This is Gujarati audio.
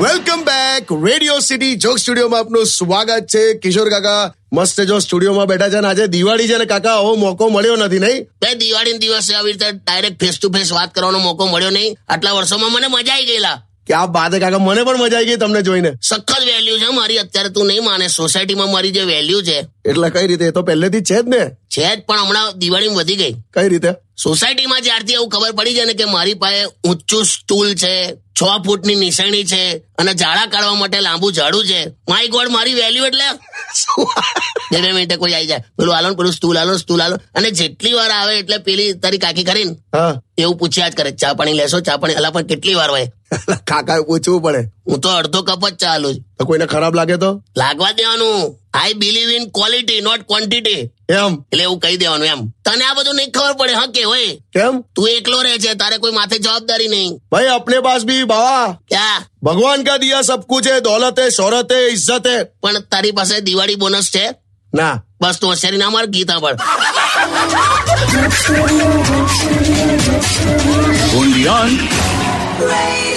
welcome back radio city joke સ્ટુડિયોમાં આપનું સ્વાગત છે કિશોર કાકા મસ્ત જો સ્ટુડિયોમાં બેઠા છે અને આજે દિવાળી છે ને કાકા આવો મોકો મળ્યો નથી નહીં બે દિવાળી દિવસે આવી રીતે ડાયરેક્ટ ફેસ ટુ ફેસ વાત કરવાનો મોકો મળ્યો નહીં આટલા વર્ષોમાં મને મજા આવી ગયેલા કે આ બાદ હે કાકા મને પણ મજા આવી ગઈ તમને જોઈને સખત વેલ્યુ છે મારી અત્યારે તું નહીં માને સોસાયટીમાં મારી જે વેલ્યુ છે એટલે કઈ રીતે એ તો પહેલેથી જ છે જ ને છે જ પણ હમણાં દિવાળીમાં વધી ગઈ કઈ રીતે સોસાયટીમાં જ્યારથી એવું ખબર પડી છે ને કે મારી પાસે ઊંચું સ્ટૂલ છે છ ફૂટની નિશાણી છે અને ઝાડા કાઢવા માટે લાંબુ ઝાડુ છે માય ગોડ મારી વેલ્યુ એટલે બે બે મિનિટે કોઈ આવી જાય પેલું આલો ને પેલું સ્ટૂલ આલો સ્ટૂલ આલો અને જેટલી વાર આવે એટલે પેલી તારી કાકી કરીને હા એવું પૂછ્યા જ કરે ચા પાણી લેશો ચા પાણી અલા પણ કેટલી વાર હોય કાકા પૂછવું પડે હું તો અડધો કપ જ ચાલુ તો કોઈને ખરાબ લાગે તો લાગવા દેવાનું I believe in quality not quantity એમ એટલે એવું કહી દેવાનું એમ તને આ બધું નહીં ખબર પડે હા કે હોય કેમ તું એકલો રહે છે તારે કોઈ માથે જવાબદારી નહીં ભાઈ અપને પાસ ભી બાવા ક્યાં ભગવાન કા દિયા સબ કુછ હે દોલત હે શોહરત હે ઇજ્જત હે પણ તારી પાસે દિવાળી બોનસ છે ના બસ તું હોશિયારી ના માર ગીતા પર only on Radio